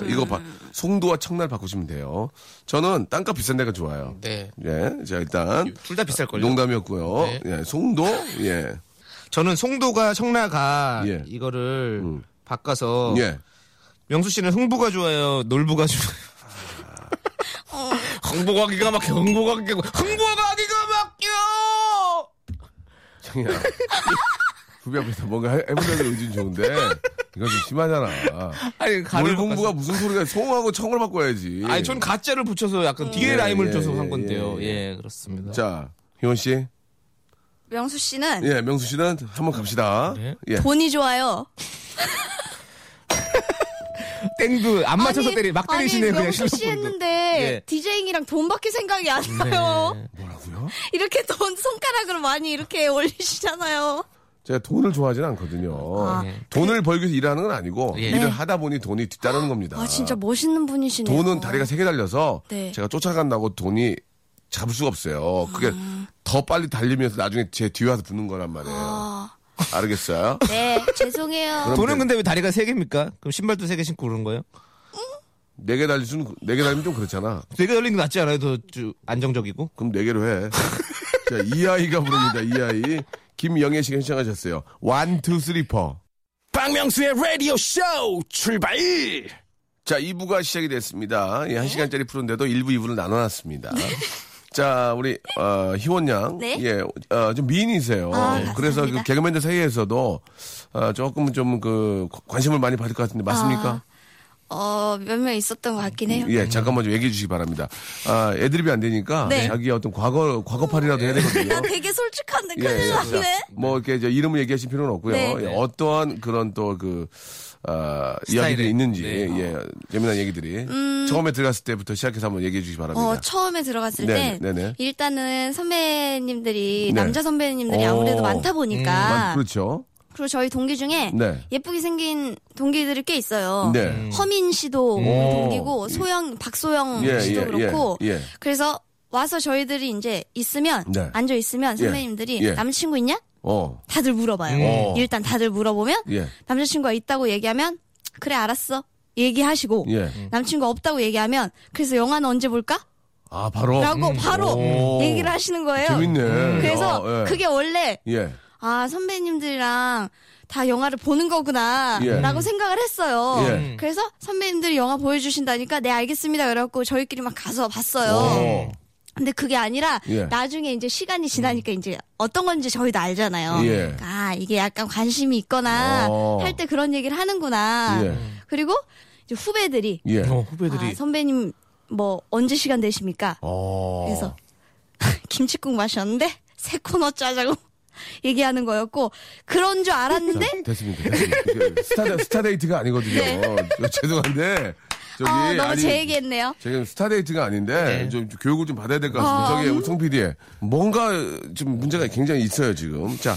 [SPEAKER 2] 이거 봐. 송도와 청날 바꾸시면 돼요. 저는 땅값 비싼 데가 좋아요.
[SPEAKER 4] 네.
[SPEAKER 2] 예. 자 일단
[SPEAKER 4] 둘 다 비쌀걸요?
[SPEAKER 2] 농담이었고요.
[SPEAKER 4] 네.
[SPEAKER 2] 예. 송도 예.
[SPEAKER 4] 저는 송도가 청라가
[SPEAKER 2] 예.
[SPEAKER 4] 이거를 바꿔서
[SPEAKER 2] 예.
[SPEAKER 4] 명수 씨는 흥부가 좋아요, 놀부가 좋아요.
[SPEAKER 3] 아. 어.
[SPEAKER 4] 흥부가 기가 막혀, 흥부가 기가 막혀, 흥부가 기가 막혀.
[SPEAKER 2] 청이야. 후배 앞에서 뭔가 해- 해보려는 의지는 좋은데 이건 좀 심하잖아.
[SPEAKER 4] 아니
[SPEAKER 2] 뭘
[SPEAKER 4] 가를
[SPEAKER 2] 공부가 무슨 소리가 송하고 청을 바꿔야지.
[SPEAKER 4] 바꿔서- 아니 전 가짜를 붙여서
[SPEAKER 3] 음.
[SPEAKER 4] 약간 뒤에
[SPEAKER 2] 예,
[SPEAKER 4] 라임을
[SPEAKER 2] 예,
[SPEAKER 4] 줘서
[SPEAKER 2] 예,
[SPEAKER 4] 한 건데요.
[SPEAKER 2] 예,
[SPEAKER 4] 예, 그렇습니다.
[SPEAKER 2] 자 희원 씨.
[SPEAKER 3] 명수 씨는
[SPEAKER 2] 예. 명수 씨는 한번 갑시다.
[SPEAKER 4] 네.
[SPEAKER 2] 예.
[SPEAKER 3] 돈이 좋아요.
[SPEAKER 4] 땡그 안 맞춰서
[SPEAKER 3] 아니,
[SPEAKER 4] 때리 막
[SPEAKER 3] 아니,
[SPEAKER 4] 때리시네요 그냥
[SPEAKER 3] 명수 씨
[SPEAKER 4] 실로폰도.
[SPEAKER 3] 했는데
[SPEAKER 4] 예. 네.
[SPEAKER 3] 디제잉이랑 돈밖에 생각이 안 나요.
[SPEAKER 2] 뭐라고요?
[SPEAKER 3] 이렇게 돈 손가락으로 많이 이렇게 올리시잖아요.
[SPEAKER 2] 제가 돈을 좋아하지는 않거든요.
[SPEAKER 3] 아. 네.
[SPEAKER 2] 돈을 벌기 위해서 일하는 건 아니고
[SPEAKER 4] 예.
[SPEAKER 2] 일을 하다 보니 돈이 뒤따르는 겁니다.
[SPEAKER 3] 아 진짜 멋있는 분이시네요.
[SPEAKER 2] 돈은 다리가 세 개 달려서
[SPEAKER 3] 네.
[SPEAKER 2] 제가 쫓아간다고 돈이 잡을 수가 없어요. 그게
[SPEAKER 3] 아.
[SPEAKER 2] 더 빨리 달리면서 나중에 제 뒤에 와서 붙는 거란 말이에요.
[SPEAKER 3] 아.
[SPEAKER 2] 알겠어요?
[SPEAKER 3] 네 죄송해요.
[SPEAKER 4] 돈은 근데 왜 다리가 세 개입니까? 그럼 신발도 세 개 신고 그런 거예요?
[SPEAKER 2] 네 개 달릴 수는 네 개 달리면 좀 그렇잖아.
[SPEAKER 4] 되게 열리는 게 낫지 않아요? 더 주- 안정적이고.
[SPEAKER 2] 그럼 네 개로 해. 자, 이 아이가 부릅니다. 이 아이 김영애 씨가 신청하셨어요. 원, 투, 쓰리, 포.
[SPEAKER 1] 박명수의 라디오 쇼 출발!
[SPEAKER 2] 자, 2부가 시작이 됐습니다. 예,
[SPEAKER 3] 네.
[SPEAKER 2] 1시간짜리 프로인데도 1부, 2부를 나눠놨습니다. 자, 우리, 어, 희원 양.
[SPEAKER 3] 네.
[SPEAKER 2] 예, 어, 좀 미인이세요.
[SPEAKER 3] 아,
[SPEAKER 2] 그래서
[SPEAKER 3] 감사합니다.
[SPEAKER 2] 그
[SPEAKER 3] 아.
[SPEAKER 2] 개그맨들 사이에서도, 어, 조금 좀 그, 관심을 많이 받을 것 같은데, 맞습니까?
[SPEAKER 3] 어, 몇 명 있었던 것 같긴 해요.
[SPEAKER 2] 예, 잠깐만 좀 얘기해 주시기 바랍니다. 아, 애드립이 안 되니까
[SPEAKER 3] 네.
[SPEAKER 2] 자기 어떤 과거 과거판이라도 해야
[SPEAKER 3] 나
[SPEAKER 2] 되거든요.
[SPEAKER 3] 되게 솔직한데
[SPEAKER 2] 예,
[SPEAKER 3] 큰일
[SPEAKER 2] 예,
[SPEAKER 3] 났네.
[SPEAKER 2] 뭐 이렇게 저 이름을 얘기하실 필요는 없고요.
[SPEAKER 3] 네.
[SPEAKER 2] 예, 어떠한 그런 또그 아,
[SPEAKER 4] 스타일의,
[SPEAKER 2] 이야기들이 있는지
[SPEAKER 4] 네.
[SPEAKER 2] 예, 재미난 얘기들이 처음에 들어갔을 때부터 시작해서 한번 얘기해 주시기 바랍니다.
[SPEAKER 3] 어, 처음에 들어갔을
[SPEAKER 2] 네네,
[SPEAKER 3] 때
[SPEAKER 2] 네네.
[SPEAKER 3] 일단은 선배님들이
[SPEAKER 2] 네.
[SPEAKER 3] 남자 선배님들이
[SPEAKER 2] 어.
[SPEAKER 3] 아무래도 많다 보니까
[SPEAKER 2] 아, 그렇죠.
[SPEAKER 3] 그리고 저희 동기 중에
[SPEAKER 2] 네.
[SPEAKER 3] 예쁘게 생긴 동기들이 꽤 있어요.
[SPEAKER 2] 네. 음.
[SPEAKER 3] 허민 씨도 동기고 소영 박소영
[SPEAKER 2] 예,
[SPEAKER 3] 씨도
[SPEAKER 2] 예,
[SPEAKER 3] 그렇고
[SPEAKER 2] 예, 예.
[SPEAKER 3] 그래서 와서 저희들이 이제 있으면
[SPEAKER 2] 네.
[SPEAKER 3] 앉아 있으면
[SPEAKER 2] 예,
[SPEAKER 3] 선배님들이
[SPEAKER 2] 예.
[SPEAKER 3] 남친구 있냐?
[SPEAKER 2] 어.
[SPEAKER 3] 다들 물어봐요.
[SPEAKER 2] 음.
[SPEAKER 3] 일단 다들 물어보면
[SPEAKER 2] 예.
[SPEAKER 3] 남자친구가 있다고 얘기하면 그래 알았어 얘기하시고
[SPEAKER 2] 예.
[SPEAKER 4] 음.
[SPEAKER 3] 남친구가 없다고 얘기하면 그래서 영화는 언제 볼까?
[SPEAKER 2] 아, 바로
[SPEAKER 3] 라고 바로
[SPEAKER 2] 오.
[SPEAKER 3] 얘기를 하시는 거예요.
[SPEAKER 2] 재밌네.
[SPEAKER 3] 음. 그래서
[SPEAKER 2] 아, 예.
[SPEAKER 3] 그게 원래
[SPEAKER 2] 예.
[SPEAKER 3] 아 선배님들이랑 다 영화를 보는 거구나
[SPEAKER 2] 예.
[SPEAKER 3] 라고 생각을 했어요.
[SPEAKER 2] 예.
[SPEAKER 3] 그래서 선배님들이 영화 보여주신다니까 네 알겠습니다. 그래갖고 저희끼리 막 가서 봤어요. 근데 그게 아니라
[SPEAKER 2] 예. 음.
[SPEAKER 3] 나중에 이제 시간이 지나니까 이제 어떤 건지 저희도 알잖아요.
[SPEAKER 2] 예.
[SPEAKER 3] 그러니까 아 이게 약간 관심이 있거나
[SPEAKER 2] 어.
[SPEAKER 3] 할 때 그런 얘기를 하는구나.
[SPEAKER 2] 예.
[SPEAKER 3] 그리고 이제 후배들이
[SPEAKER 2] 예.
[SPEAKER 4] 어, 후배들이
[SPEAKER 3] 아, 선배님 뭐 언제 시간 되십니까?
[SPEAKER 2] 어.
[SPEAKER 3] 그래서 김치국 마셨는데 새 코너 짜자고 얘기하는 거였고 그런 줄 알았는데
[SPEAKER 2] 자, 됐습니다. 됐습니다. 이게 스타, 스타데이트가 아니거든요. 저 죄송한데. 저기.
[SPEAKER 3] 아, 너무
[SPEAKER 2] 아니,
[SPEAKER 3] 제 얘기했네요.
[SPEAKER 2] 제가 스타데이트가 아닌데 좀, 좀 교육을 좀 받아야 될 것 같습니다.
[SPEAKER 3] 아,
[SPEAKER 2] 저기 우성 PD에 뭔가 좀 문제가 굉장히 있어요 지금. 자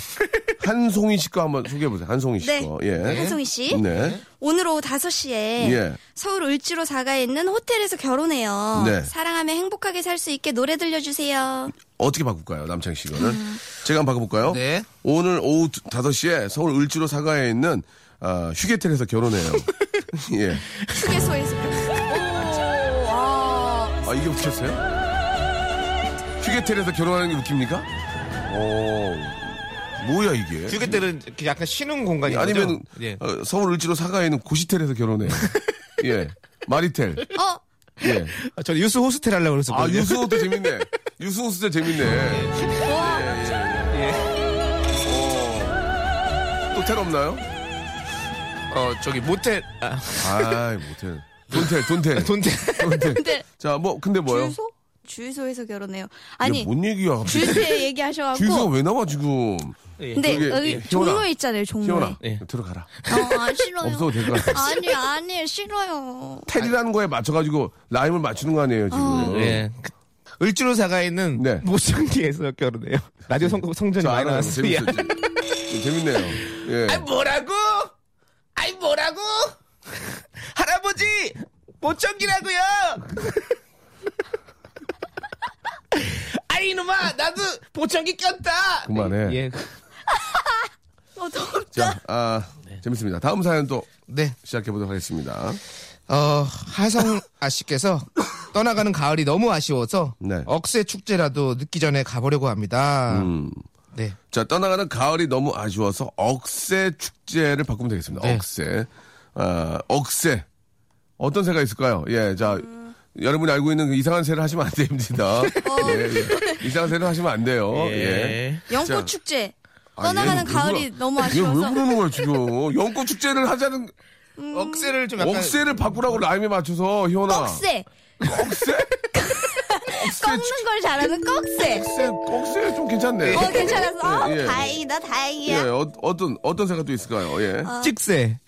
[SPEAKER 2] 한송이 씨 거 한번 소개해 보세요. 한송이 씨
[SPEAKER 3] 네.
[SPEAKER 2] 거. 예.
[SPEAKER 3] 한송이 씨.
[SPEAKER 2] 네.
[SPEAKER 3] 오늘 오후 5시에
[SPEAKER 2] 예.
[SPEAKER 3] 서울 을지로 4가에 있는 호텔에서 결혼해요.
[SPEAKER 2] 네.
[SPEAKER 3] 사랑하며 행복하게 살 수 있게 노래 들려주세요.
[SPEAKER 2] 어떻게 바꿀까요, 남창 씨 이거는?
[SPEAKER 3] 음.
[SPEAKER 2] 제가 한번 바꿔볼까요?
[SPEAKER 4] 네.
[SPEAKER 2] 오늘 오후 5시에 서울 을지로 사가에 있는 아, 휴게텔에서 결혼해요. 예.
[SPEAKER 3] 휴게소에서. 오, 와.
[SPEAKER 2] 아 이게 웃겼어요? 휴게텔에서 결혼하는 게 웃깁니까? 오 뭐야 이게?
[SPEAKER 4] 휴게 때는 이렇게 약간 쉬는 공간이
[SPEAKER 2] 아니면
[SPEAKER 4] 예.
[SPEAKER 2] 어, 서울 을지로 사가에 있는 고시텔에서 결혼해요. 예 마리텔.
[SPEAKER 3] 어,
[SPEAKER 2] 예.
[SPEAKER 4] 아, 저 유스 호스텔 하려고
[SPEAKER 2] 아
[SPEAKER 4] 그랬었거든요.
[SPEAKER 2] 유수호도 재밌네. 유수호스텔 재밌네. 예.
[SPEAKER 4] 예.
[SPEAKER 2] 어. 또텔 없나요?
[SPEAKER 4] 어, 저기 모텔 아,
[SPEAKER 2] 아이 모텔. 돈텔 돈텔.
[SPEAKER 4] 돈텔
[SPEAKER 2] 돈텔.
[SPEAKER 3] 근데
[SPEAKER 2] 자뭐 근데 뭐요?
[SPEAKER 3] 주유소? 주유소에서 결혼해요.
[SPEAKER 2] 이게
[SPEAKER 3] 아니,
[SPEAKER 2] 뭔 얘기야? 갑자기.
[SPEAKER 3] 주유소에
[SPEAKER 2] 주유소가
[SPEAKER 3] 얘기하셔갖고.
[SPEAKER 2] 왜 나와 지금?
[SPEAKER 3] 근데
[SPEAKER 2] 저기,
[SPEAKER 3] 여기
[SPEAKER 2] 예, 시원아.
[SPEAKER 3] 종로 있잖아요, 종로.
[SPEAKER 2] 시원아
[SPEAKER 4] 예.
[SPEAKER 2] 들어가라.
[SPEAKER 3] 아, 싫어요.
[SPEAKER 2] 없어도 될 것 같아.
[SPEAKER 3] 아니, 아니, 싫어요.
[SPEAKER 2] 텔이라는 거에 맞춰가지고 라임을 맞추는 거 아니에요 지금?
[SPEAKER 4] 아. 예. 그- 을지로 사가 있는
[SPEAKER 2] 네.
[SPEAKER 4] 모창기에서 결혼해요. 라디오 성, 성전이
[SPEAKER 2] 저
[SPEAKER 4] 많이
[SPEAKER 2] 알아요.
[SPEAKER 4] 나왔어요.
[SPEAKER 2] 재밌어요. 재밌네요. 예.
[SPEAKER 4] 아이 뭐라고? 아이 뭐라고? 할아버지 모창기라고요. 아이 이놈아 나도 보청기 꼈다.
[SPEAKER 2] 그만해.
[SPEAKER 4] 예.
[SPEAKER 3] 어, 더
[SPEAKER 2] 자, 아, 재밌습니다. 다음 사연 또
[SPEAKER 4] 네.
[SPEAKER 2] 시작해보도록 하겠습니다.
[SPEAKER 4] 어, 하성 아씨께서 떠나가는 가을이 너무 아쉬워서
[SPEAKER 2] 네.
[SPEAKER 4] 억새 축제라도 늦기 전에 가보려고 합니다.
[SPEAKER 2] 음.
[SPEAKER 4] 네.
[SPEAKER 2] 자, 떠나가는 가을이 너무 아쉬워서 억새 축제를 바꾸면 되겠습니다.
[SPEAKER 4] 네.
[SPEAKER 2] 억새. 아, 억새. 어떤 새가 있을까요? 예, 자, 여러분이 알고 있는 그 이상한 새를 하시면 안
[SPEAKER 4] 어.
[SPEAKER 2] 됩니다. 예, 예. 이상한 새를 하시면 안 돼요. 예. 자.
[SPEAKER 3] 연꽃 축제
[SPEAKER 2] 아,
[SPEAKER 3] 떠나가는
[SPEAKER 2] 얘는 왜
[SPEAKER 3] 가을이
[SPEAKER 2] 그러-
[SPEAKER 3] 너무
[SPEAKER 2] 얘왜
[SPEAKER 3] 아쉬워서
[SPEAKER 2] 부르는 거야, 지금? 연꽃 축제를 하자는
[SPEAKER 4] 억새를 좀 약간
[SPEAKER 2] 억새를 바꾸라고 라임에 맞춰서, 희원아.
[SPEAKER 3] 꺽쇠
[SPEAKER 2] 억새? 억새
[SPEAKER 3] 꺾는 걸 잘하는 꺽쇠
[SPEAKER 2] 억새, 억새 좀 괜찮네.
[SPEAKER 3] 어 괜찮았어 아,
[SPEAKER 2] 예, 예.
[SPEAKER 3] 다행이다
[SPEAKER 2] 예,
[SPEAKER 3] 다행이야
[SPEAKER 2] 어, 어떤, 어떤 새가 또 있을까요? 예.
[SPEAKER 4] 찍새,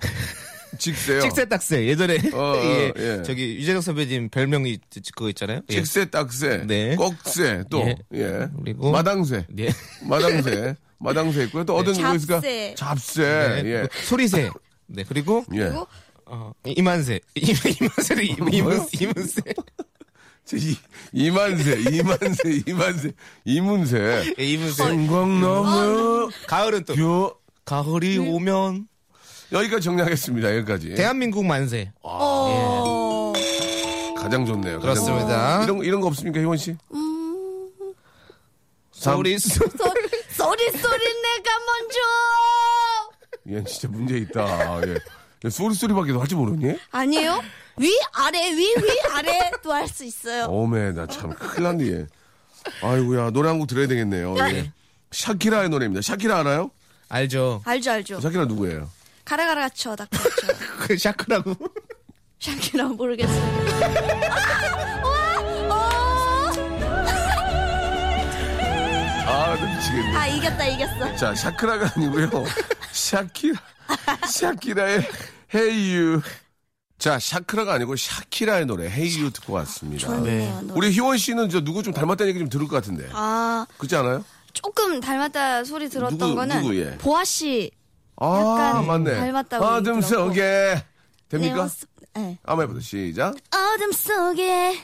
[SPEAKER 2] 직새요.
[SPEAKER 4] 찍새 딱새 예전에
[SPEAKER 2] 어, 어,
[SPEAKER 4] 예.
[SPEAKER 2] 예.
[SPEAKER 4] 저기 유재석 선배님 별명이 그거 있잖아요. 예.
[SPEAKER 2] 직새, 딱새.
[SPEAKER 4] 네.
[SPEAKER 2] 꺽새, 또.
[SPEAKER 4] 예.
[SPEAKER 2] 예.
[SPEAKER 4] 그리고-
[SPEAKER 2] 마당새.
[SPEAKER 4] 예.
[SPEAKER 2] 마당새. 마당새 있고요. 또 어떤 거 있을까?
[SPEAKER 3] 잡새.
[SPEAKER 2] 잡새.
[SPEAKER 4] 네.
[SPEAKER 2] 예.
[SPEAKER 4] 그리고 소리새. 네 그리고
[SPEAKER 2] 예.
[SPEAKER 3] 그리고-
[SPEAKER 4] 어, 이만새, 이만, 이만새를
[SPEAKER 2] 뭐?
[SPEAKER 4] 이만, 이만새.
[SPEAKER 2] 저 이, 이만새, 이만새, 이만새, 이문새.
[SPEAKER 4] 예, 이만새.
[SPEAKER 2] 어?
[SPEAKER 3] 어,
[SPEAKER 2] 생광나무,
[SPEAKER 4] 가을은 또
[SPEAKER 2] 교.
[SPEAKER 4] 가을이
[SPEAKER 3] 네.
[SPEAKER 4] 오면
[SPEAKER 2] 여기까지 정리하겠습니다. 여기까지.
[SPEAKER 4] 대한민국 만세.
[SPEAKER 3] 어...
[SPEAKER 2] 가장 좋네요. 가장 좋-
[SPEAKER 4] 그렇습니다.
[SPEAKER 2] 이런, 이런 거 없습니까, 희원 씨?
[SPEAKER 3] 음.
[SPEAKER 2] 삼-
[SPEAKER 4] 우리 수-
[SPEAKER 3] 소리 소리 소리 내가 먼저
[SPEAKER 2] 얘 예, 진짜 문제 있다. 예. 얘 소리소리밖에도 할 줄 모르니?
[SPEAKER 3] 아니에요 위 아래 위 위 아래 또 할 수 있어요
[SPEAKER 2] 어메, 나 참 큰일 났네, 얘. 아이고야, 노래 한 곡 들어야 되겠네요. 예. 샤키라의 노래입니다. 샤키라 알아요?
[SPEAKER 4] 알죠.
[SPEAKER 3] 알죠 알죠
[SPEAKER 2] 샤키라 누구예요?
[SPEAKER 3] 가라가라 갇혀 닥쳐
[SPEAKER 4] 그 샤크라고.
[SPEAKER 3] 샹키나 모르겠어요. 아, 와, 어.
[SPEAKER 2] 아, 나 미치겠네.
[SPEAKER 3] 아 이겼다 이겼어.
[SPEAKER 2] 자, 샤크라가 아니고요. 샤키라. 샤키라의 헤이유. 자, 샤크라가 아니고 샤키라의 노래 헤이유 듣고 왔습니다.
[SPEAKER 3] 좋네요. 노래.
[SPEAKER 2] 우리 희원 씨는 저 누구 좀 닮았다는 얘기 좀 들을 것 같은데.
[SPEAKER 3] 아
[SPEAKER 2] 그렇지 않아요?
[SPEAKER 3] 조금 닮았다 소리 들었던
[SPEAKER 2] 누구,
[SPEAKER 3] 거는
[SPEAKER 2] 누구, 예.
[SPEAKER 3] 보아 씨
[SPEAKER 2] 아,
[SPEAKER 3] 약간
[SPEAKER 2] 맞네.
[SPEAKER 3] 닮았다고
[SPEAKER 2] 어둠
[SPEAKER 3] 얘기 들었고.
[SPEAKER 2] 속에.
[SPEAKER 3] 내
[SPEAKER 2] 됩니까?
[SPEAKER 3] 모습. 네.
[SPEAKER 2] 한번 해보세요. 시작.
[SPEAKER 3] 어둠 속에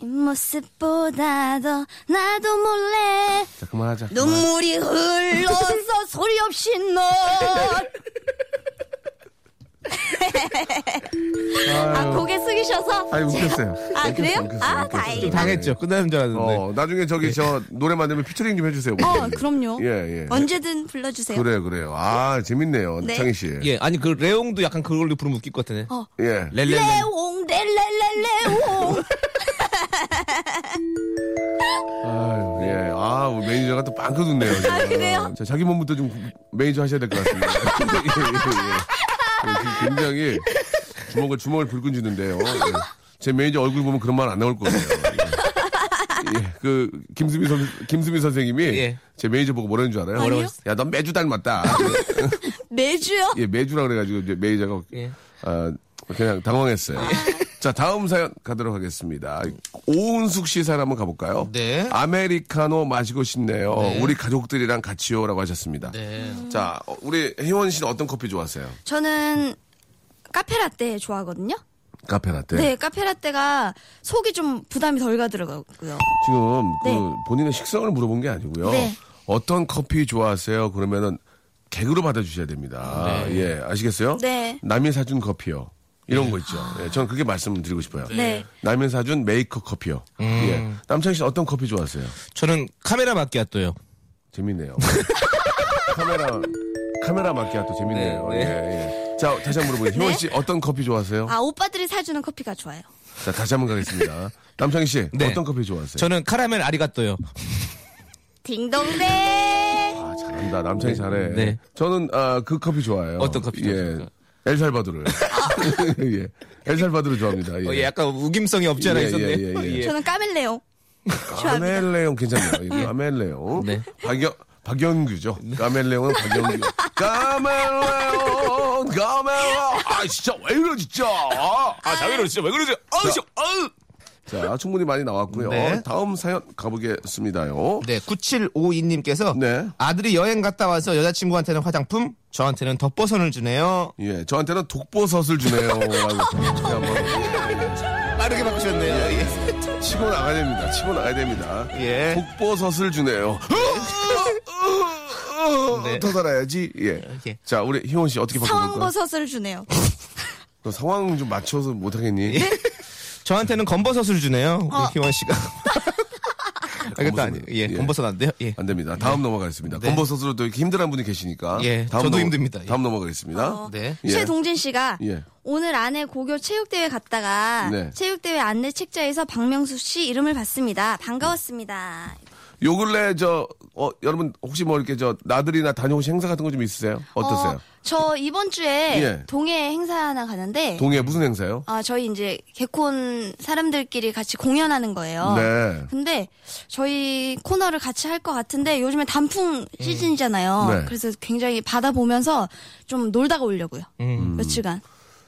[SPEAKER 3] 이 모습보다도 나도 몰래
[SPEAKER 2] 자, 그만하자.
[SPEAKER 3] 눈물이 흘러서 소리 없이 너. 아 고개 숙이셔서.
[SPEAKER 2] 아니, 웃겼어요.
[SPEAKER 3] 아, 그래요? 아, 다행이다.
[SPEAKER 4] 당했죠. 끝나는 줄 알았는데.
[SPEAKER 2] 예. 어, 나중에 저기 저 노래 만들면 피처링 좀 해주세요.
[SPEAKER 3] 어 그럼요.
[SPEAKER 2] 예, 예.
[SPEAKER 3] 언제든 불러주세요.
[SPEAKER 2] 그래요, 그래요. 아, 재밌네요.
[SPEAKER 3] 네.
[SPEAKER 2] 창희 씨.
[SPEAKER 4] 예, 아니 그 레옹도 약간 그걸로 부르면 웃길 것 같네.
[SPEAKER 3] 어.
[SPEAKER 2] 예.
[SPEAKER 4] 렐렐.
[SPEAKER 3] 레옹 렐렐렐레옹.
[SPEAKER 2] 아유, 예. 아, 우리 매니저가 또 빵 터졌네요.
[SPEAKER 3] 네. 아, 그래요?
[SPEAKER 2] 자, 자기 몸부터 좀 매니저 하셔야 될 것 같습니다. 예, 예, 예. 예, 지금 굉장히 주먹을, 주먹을 불끈쥐는데요. 예. 제 매니저 얼굴 보면 그런 말 안 나올 거예요. 예. 예, 그, 김수미 선, 김수미 선생님이
[SPEAKER 4] 예.
[SPEAKER 2] 제 매니저 보고 뭐라는 줄 알아요?
[SPEAKER 3] 아니요?
[SPEAKER 2] 야, 넌 매주 닮았다.
[SPEAKER 3] 매주요?
[SPEAKER 2] 예, 매주라 그래가지고 이제 매니저가,
[SPEAKER 4] 예.
[SPEAKER 2] 아, 그냥 당황했어요. 자, 다음 사연 가도록 하겠습니다. 오은숙 씨 사연 한번 가볼까요?
[SPEAKER 6] 네.
[SPEAKER 2] 아메리카노 마시고 싶네요. 우리 가족들이랑 같이요. 라고 하셨습니다.
[SPEAKER 6] 네.
[SPEAKER 2] 자, 어, 우리 혜원 씨는 어떤 커피 좋아하세요?
[SPEAKER 3] 저는 카페라떼 좋아하거든요.
[SPEAKER 2] 카페라떼.
[SPEAKER 3] 네, 카페라떼가 속이 좀 부담이 덜 가더라고요.
[SPEAKER 2] 지금 그
[SPEAKER 3] 네.
[SPEAKER 2] 본인의 식성을 물어본 게 아니고요.
[SPEAKER 3] 네.
[SPEAKER 2] 어떤 커피 좋아하세요? 그러면은 개그로 받아주셔야 됩니다. 예, 아시겠어요?
[SPEAKER 3] 네.
[SPEAKER 2] 남이 사준 커피요. 이런 거 있죠. 예, 저는 그게 말씀을 드리고 싶어요.
[SPEAKER 3] 네.
[SPEAKER 2] 남이 사준 메이커 커피요. 예. 남창희 씨는 어떤 커피 좋아하세요?
[SPEAKER 4] 저는 카메라 마키아토요.
[SPEAKER 2] 재밌네요. 카메라 카메라 마키아또 재밌네요.
[SPEAKER 4] 네,
[SPEAKER 2] 예, 예. 자 다시 한번 물어보죠. 희원 씨 어떤 커피 좋아하세요?
[SPEAKER 3] 네. 아, 오빠들이 사주는 커피가 좋아요.
[SPEAKER 2] 자 다시 한번 가겠습니다. 남창희 씨
[SPEAKER 4] 네.
[SPEAKER 2] 어떤 커피 좋아하세요?
[SPEAKER 4] 저는 카라멜 아리가또요.
[SPEAKER 3] 딩동댕!
[SPEAKER 2] 아 잘한다. 남창희 잘해.
[SPEAKER 4] 네.
[SPEAKER 2] 저는 아, 그 커피 좋아해요.
[SPEAKER 4] 어떤 커피
[SPEAKER 2] 예.
[SPEAKER 4] 좋아하십니까?
[SPEAKER 2] 엘살바도르. 예. 엘살바도르 좋아합니다.
[SPEAKER 4] 어,
[SPEAKER 2] 예.
[SPEAKER 4] 예, 약간 우김성이 없지 않아
[SPEAKER 2] 예,
[SPEAKER 4] 있었네.
[SPEAKER 2] 예, 예, 예.
[SPEAKER 3] 저는 까멜레옹. 좋아합니다.
[SPEAKER 2] 까멜레온 괜찮네요. 예, 까멜레온.
[SPEAKER 4] 네.
[SPEAKER 2] 박영 박영규죠. 까멜레온은 박영규. 까멜레온, 까멜레온. 아 진짜 왜 이러 진짜. 아, 아,
[SPEAKER 4] 자기로 진짜 왜 그러지?
[SPEAKER 2] 자.
[SPEAKER 4] 아우, 씨, 아우.
[SPEAKER 2] 자, 충분히 많이 나왔고요.
[SPEAKER 4] 네.
[SPEAKER 2] 다음 사연 가보겠습니다요.
[SPEAKER 4] 네, 9752님께서
[SPEAKER 2] 네.
[SPEAKER 4] 아들이 여행 갔다 와서 여자친구한테는 화장품, 저한테는 덧버선을 주네요.
[SPEAKER 2] 예, 저한테는 독보섯을 주네요. 라고 한번
[SPEAKER 4] 빠르게 바꾸셨네요. 예.
[SPEAKER 2] 치고 나가야 됩니다. 치고 나가야 됩니다.
[SPEAKER 4] 예.
[SPEAKER 2] 독보섯을 주네요. 어,
[SPEAKER 4] 네.
[SPEAKER 2] 더 살아야지. 예.
[SPEAKER 4] 예.
[SPEAKER 2] 자, 우리 희원 씨 어떻게 바꿔볼까요?
[SPEAKER 3] 상황버섯을 주네요.
[SPEAKER 2] 너 상황 좀 맞춰서 못하겠니?
[SPEAKER 4] 예. 저한테는 건버섯을 주네요. 우리 희원 씨가. 알겠다. 아니, 예,
[SPEAKER 2] 예.
[SPEAKER 4] 건버섯 안 돼요? 예.
[SPEAKER 2] 안 됩니다. 다음 넘어가겠습니다.
[SPEAKER 4] 네.
[SPEAKER 2] 건버섯으로 또 이렇게 힘들한 분이 계시니까.
[SPEAKER 4] 예, 저도 힘듭니다. 예.
[SPEAKER 2] 다음 넘어가겠습니다.
[SPEAKER 4] 네.
[SPEAKER 2] 예.
[SPEAKER 3] 최동진 씨가
[SPEAKER 2] 예.
[SPEAKER 3] 오늘 아내 고교 체육대회 갔다가
[SPEAKER 2] 네.
[SPEAKER 3] 체육대회 안내 책자에서 박명수 씨 이름을 봤습니다. 반가웠습니다.
[SPEAKER 2] 요 근래 저 어, 여러분 혹시 뭐 이렇게 저 나들이나 다녀오신 행사 같은 거 좀 있으세요? 어떠세요?
[SPEAKER 3] 어, 저 이번 주에
[SPEAKER 2] 예.
[SPEAKER 3] 동해 행사 하나 가는데
[SPEAKER 2] 동해 무슨 행사요?
[SPEAKER 3] 아, 저희 이제 개콘 사람들끼리 같이 공연하는 거예요.
[SPEAKER 2] 네.
[SPEAKER 3] 근데 저희 코너를 같이 할 것 같은데 요즘에 단풍 시즌이잖아요.
[SPEAKER 2] 네.
[SPEAKER 3] 그래서 굉장히 바다 보면서 좀 놀다가 오려고요. 며칠간.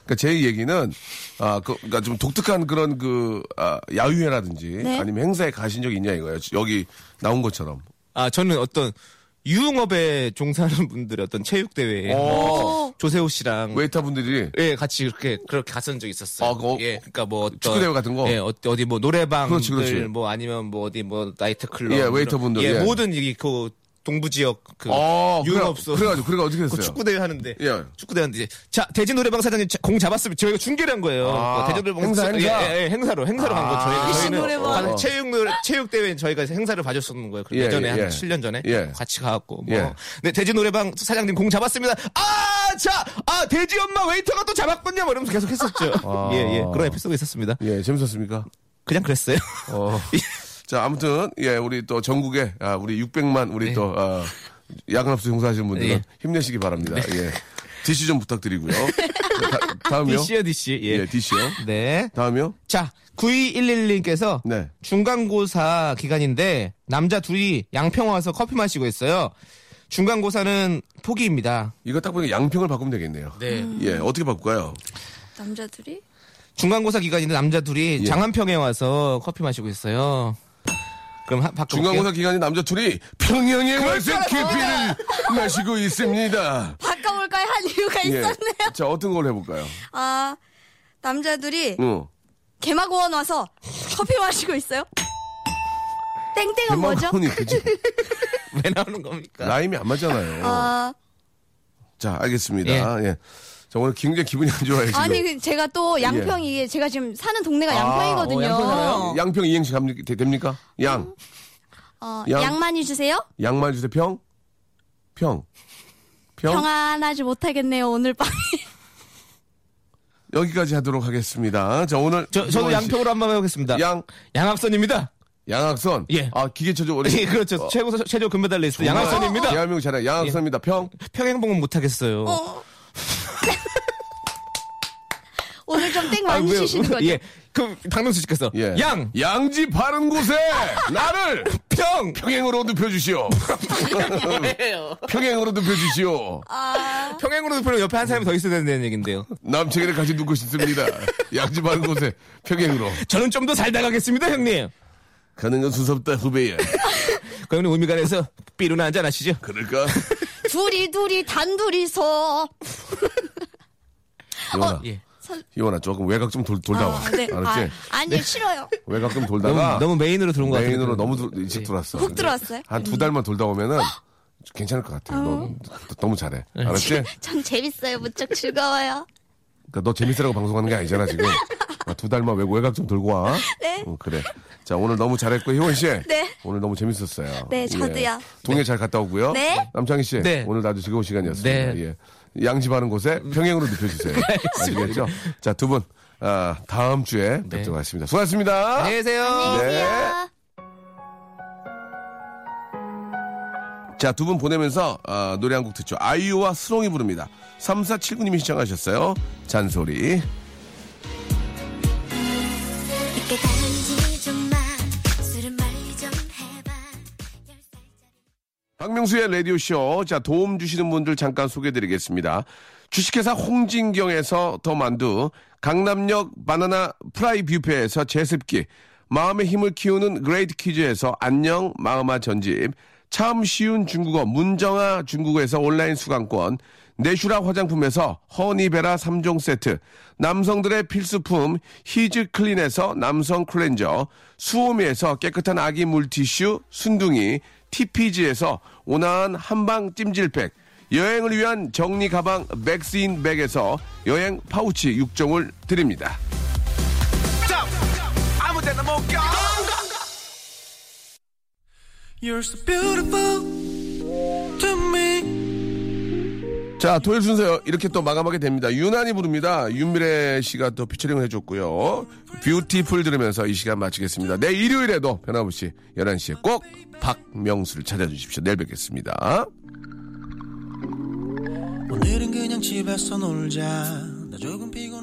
[SPEAKER 2] 그러니까 제 얘기는 아, 그, 그러니까 좀 독특한 그런 그 아, 야유회라든지
[SPEAKER 3] 네.
[SPEAKER 2] 아니면 행사에 가신 적 있냐 이거예요. 여기 나온 것처럼.
[SPEAKER 4] 아, 저는 어떤 유흥업에 종사하는 분들의 어떤 체육대회에 뭐
[SPEAKER 3] 오.
[SPEAKER 4] 조세호 씨랑
[SPEAKER 2] 웨이터분들이
[SPEAKER 4] 예, 같이 그렇게 그렇게 갔은 적이 있었어요.
[SPEAKER 2] 아, 그거
[SPEAKER 4] 예, 그러니까 뭐 어떤-
[SPEAKER 2] 축구대회 같은 거?
[SPEAKER 4] 예, 어- 어디 뭐 노래방,
[SPEAKER 2] 그렇지, 그렇지.
[SPEAKER 4] 뭐 아니면 뭐 어디 뭐 나이트 클럽,
[SPEAKER 2] 예, 웨이터분들,
[SPEAKER 4] 예,
[SPEAKER 2] 예.
[SPEAKER 4] 모든 이그 동부 지역 그
[SPEAKER 2] 어,
[SPEAKER 4] 유흥업소,
[SPEAKER 2] 그래, 가지고 그래가 어떻게
[SPEAKER 4] 그
[SPEAKER 2] 됐어요?
[SPEAKER 4] 축구대회 하는데,
[SPEAKER 2] 예.
[SPEAKER 4] 축구대회 하는데 이제 자 대진 노래방 사장님 자- 공 잡았으면 저희가 중계를 한 거예요.
[SPEAKER 2] 아,
[SPEAKER 4] 그 대진 노래방
[SPEAKER 2] 행사,
[SPEAKER 4] 사-
[SPEAKER 2] 행사.
[SPEAKER 4] 예, 예, 행사로 행사로 간 거예요. 저희가
[SPEAKER 3] 대진
[SPEAKER 4] 저희는
[SPEAKER 3] 노래방.
[SPEAKER 4] 가는 체육 노래 체육 대회 저희가 행사를 봐줬었는 거예요. 그
[SPEAKER 2] 예,
[SPEAKER 4] 예전에
[SPEAKER 2] 예, 예.
[SPEAKER 4] 한 7년 전에
[SPEAKER 2] 예.
[SPEAKER 4] 같이 가갖고 뭐,
[SPEAKER 2] 예.
[SPEAKER 4] 네 대진 노래방 사장님 공 잡았습니다. 아, 자, 아 돼지 엄마 웨이터가 또 잡았군요. 뭐 이러면서 계속 했었죠.
[SPEAKER 2] 아.
[SPEAKER 4] 예, 예, 그런 에피소드 있었습니다.
[SPEAKER 2] 예, 재밌었습니까?
[SPEAKER 4] 그냥 그랬어요.
[SPEAKER 2] 어. 자, 아무튼, 예, 우리 또 전국에, 아,
[SPEAKER 4] 네.
[SPEAKER 2] 우리 600만, 우리 또, 아, 야간업소 종사하시는 분들은
[SPEAKER 4] 예.
[SPEAKER 2] 힘내시기 바랍니다. 예. DC 좀 부탁드리고요. 다, 다음이요.
[SPEAKER 4] DC요, DC. 예.
[SPEAKER 2] 예, DC요.
[SPEAKER 4] 네.
[SPEAKER 2] 다음이요.
[SPEAKER 4] 자, 9211님께서
[SPEAKER 2] 네.
[SPEAKER 4] 중간고사 기간인데 남자 둘이 양평 와서 커피 마시고 있어요. 중간고사는 포기입니다.
[SPEAKER 2] 이거 딱 보니까 양평을 바꾸면 되겠네요.
[SPEAKER 4] 네.
[SPEAKER 2] 예, 어떻게 바꿀까요?
[SPEAKER 3] 남자들이
[SPEAKER 4] 중간고사 기간인데 남자 둘이
[SPEAKER 2] 예.
[SPEAKER 4] 장안평에 와서 커피 마시고 있어요. 그럼 한, 바꿔
[SPEAKER 2] 중간고사 기간인 남자 둘이 평양에
[SPEAKER 3] 그렇죠.
[SPEAKER 2] 와서 커피를 마시고 있습니다.
[SPEAKER 3] 바꿔볼까요? 한 이유가
[SPEAKER 2] 예.
[SPEAKER 3] 있었네.
[SPEAKER 2] 자, 어떤 걸 해볼까요?
[SPEAKER 3] 아, 남자들이
[SPEAKER 2] 응.
[SPEAKER 3] 개마고원 와서 커피 마시고 있어요? 땡땡은 뭐죠?
[SPEAKER 2] 이 그지?
[SPEAKER 4] 왜 나오는 겁니까?
[SPEAKER 2] 라임이 안 맞잖아요.
[SPEAKER 3] 아,
[SPEAKER 2] 자, 알겠습니다. 예. 자, 오늘 굉장히 기분이 안 좋아요, 지금.
[SPEAKER 3] 아니, 그 제가 또 양평이, 제가 지금 사는 동네가 양평이거든요.
[SPEAKER 4] 어, 양평 살아요?
[SPEAKER 2] 양평 이행시 갑니- 되- 됩니까?
[SPEAKER 3] 음.
[SPEAKER 2] 양.
[SPEAKER 3] 어,
[SPEAKER 2] 양.
[SPEAKER 3] 양 많이 주세요?
[SPEAKER 2] 양말 주세요. 평. 평. 평.
[SPEAKER 3] 평안하지 못하겠네요, 오늘 밤.
[SPEAKER 2] 여기까지 하도록 하겠습니다. 자, 오늘.
[SPEAKER 4] 저, 저도
[SPEAKER 2] 이동환 씨.
[SPEAKER 4] 양평으로 한번 해보겠습니다.
[SPEAKER 2] 양.
[SPEAKER 4] 양학선입니다.
[SPEAKER 2] 양학선.
[SPEAKER 4] 예.
[SPEAKER 2] 아, 기계체조 원래.
[SPEAKER 4] 예, 그렇죠. 최고, 최저 금메달리스트 양학선입니다. 예.
[SPEAKER 2] 대한민국 잘해. 어. 양학선입니다. 평.
[SPEAKER 4] 평행봉은 못하겠어요.
[SPEAKER 3] 어. 오늘 좀 땡
[SPEAKER 4] 아,
[SPEAKER 3] 많이
[SPEAKER 4] 왜요?
[SPEAKER 3] 주시는 거죠?
[SPEAKER 4] 예. 그럼 박명수 씨께서
[SPEAKER 2] 예.
[SPEAKER 4] 양,
[SPEAKER 2] 양지 바른 곳에 나를
[SPEAKER 4] 평,
[SPEAKER 2] 평행으로 눕혀주시오. 평행으로 눕혀주시오.
[SPEAKER 3] 어?
[SPEAKER 4] 평행으로 높이면 옆에 한 사람이 더 있어야 된다는 얘긴데요.
[SPEAKER 2] 남친이랑 같이 눕고 싶습니다. 양지 바른 곳에 평행으로.
[SPEAKER 4] 저는 좀 더 살다 가겠습니다, 형님.
[SPEAKER 2] 가는 건 수섭다 후배야.
[SPEAKER 4] 그 형님 우미관에서 삐루나 한잔 하시죠.
[SPEAKER 2] 그럴까?
[SPEAKER 3] 둘이 둘이 단둘이서
[SPEAKER 2] 이원아.
[SPEAKER 4] 예.
[SPEAKER 2] 이원아 조금 외곽 좀 돌, 돌다 와.
[SPEAKER 3] 아, 네.
[SPEAKER 2] 알았지?
[SPEAKER 3] 아, 아니 싫어요.
[SPEAKER 2] 외곽 좀
[SPEAKER 4] 너무,
[SPEAKER 2] 돌다가
[SPEAKER 4] 너무 메인으로 들어온 것 같아요. 예.
[SPEAKER 2] 메인으로 너무 돌- 일찍 돌았어.
[SPEAKER 3] 훅 들어왔어요? 음. 어.
[SPEAKER 2] 한 두 달만 돌다 오면은 괜찮을 것 같아. 너, 너, 무 잘해.
[SPEAKER 4] 예.
[SPEAKER 2] 알았지? 그러니까
[SPEAKER 3] 전 재밌어요. 무척 즐거워요.
[SPEAKER 2] 너 재밌으라고 방송하는 게 아니잖아 지금. 아, 두 달만 외, 외곽 좀 돌고 와.
[SPEAKER 3] 네.
[SPEAKER 2] 응, 그래. 자 오늘 너무 잘했고 희원 씨.
[SPEAKER 3] 네.
[SPEAKER 2] 오늘 너무 재밌었어요. 예.
[SPEAKER 3] 네, 저도요.
[SPEAKER 2] 동해 잘 갔다 오고요.
[SPEAKER 3] 네.
[SPEAKER 2] 남창희 씨.
[SPEAKER 4] 네.
[SPEAKER 2] 오늘 아주 즐거운 시간이었습니다.
[SPEAKER 4] 네.
[SPEAKER 2] 예. 양집하는 곳에 평행으로 눕혀주세요. 아시겠죠? 자 두 분. 아, 다음 주에
[SPEAKER 4] 네.
[SPEAKER 2] 뵙도록 하겠습니다. 수고하셨습니다.
[SPEAKER 4] 안녕히 계세요.
[SPEAKER 3] 안녕하세요.
[SPEAKER 2] 자, 두 분 보내면서 어, 노래 한 곡 듣죠. 아이유와 수롱이 부릅니다. 3479님이 시청하셨어요. 잔소리.
[SPEAKER 6] 늦게 가는지 좀마 술은 멀리 좀 해봐 열 살짜리
[SPEAKER 2] 박명수의 라디오쇼. 자, 도움 주시는 분들 잠깐 소개해드리겠습니다. 주식회사 홍진경에서 더 만두, 강남역 바나나 프라이 뷔페에서 제습기, 마음의 힘을 키우는 그레이트 퀴즈에서 안녕 마음아 전집, 참 쉬운 중국어 문정아 중국어에서 온라인 수강권, 내슈라 화장품에서 허니베라 3종 세트, 남성들의 필수품 히즈 클린에서 남성 클렌저, 수오미에서 깨끗한 아기 물티슈 순둥이, TPG에서 온화한 한방 찜질팩, 여행을 위한 정리 가방 맥스인 백에서 여행 파우치 6종을 드립니다.
[SPEAKER 5] You're so beautiful to me.
[SPEAKER 2] 자, 토요일 순서 이렇게 또 마감하게 됩니다. 유난히 부릅니다. 윤미래 씨가 또 피처링을 해줬고요. 뷰티풀 들으면서 이 시간 마치겠습니다. 내 일요일에도 변함없이 11시에 꼭 박명수를 찾아주십시오. 내일 뵙겠습니다.
[SPEAKER 5] 오늘은 그냥 집에서 놀자. 나 조금 피곤해.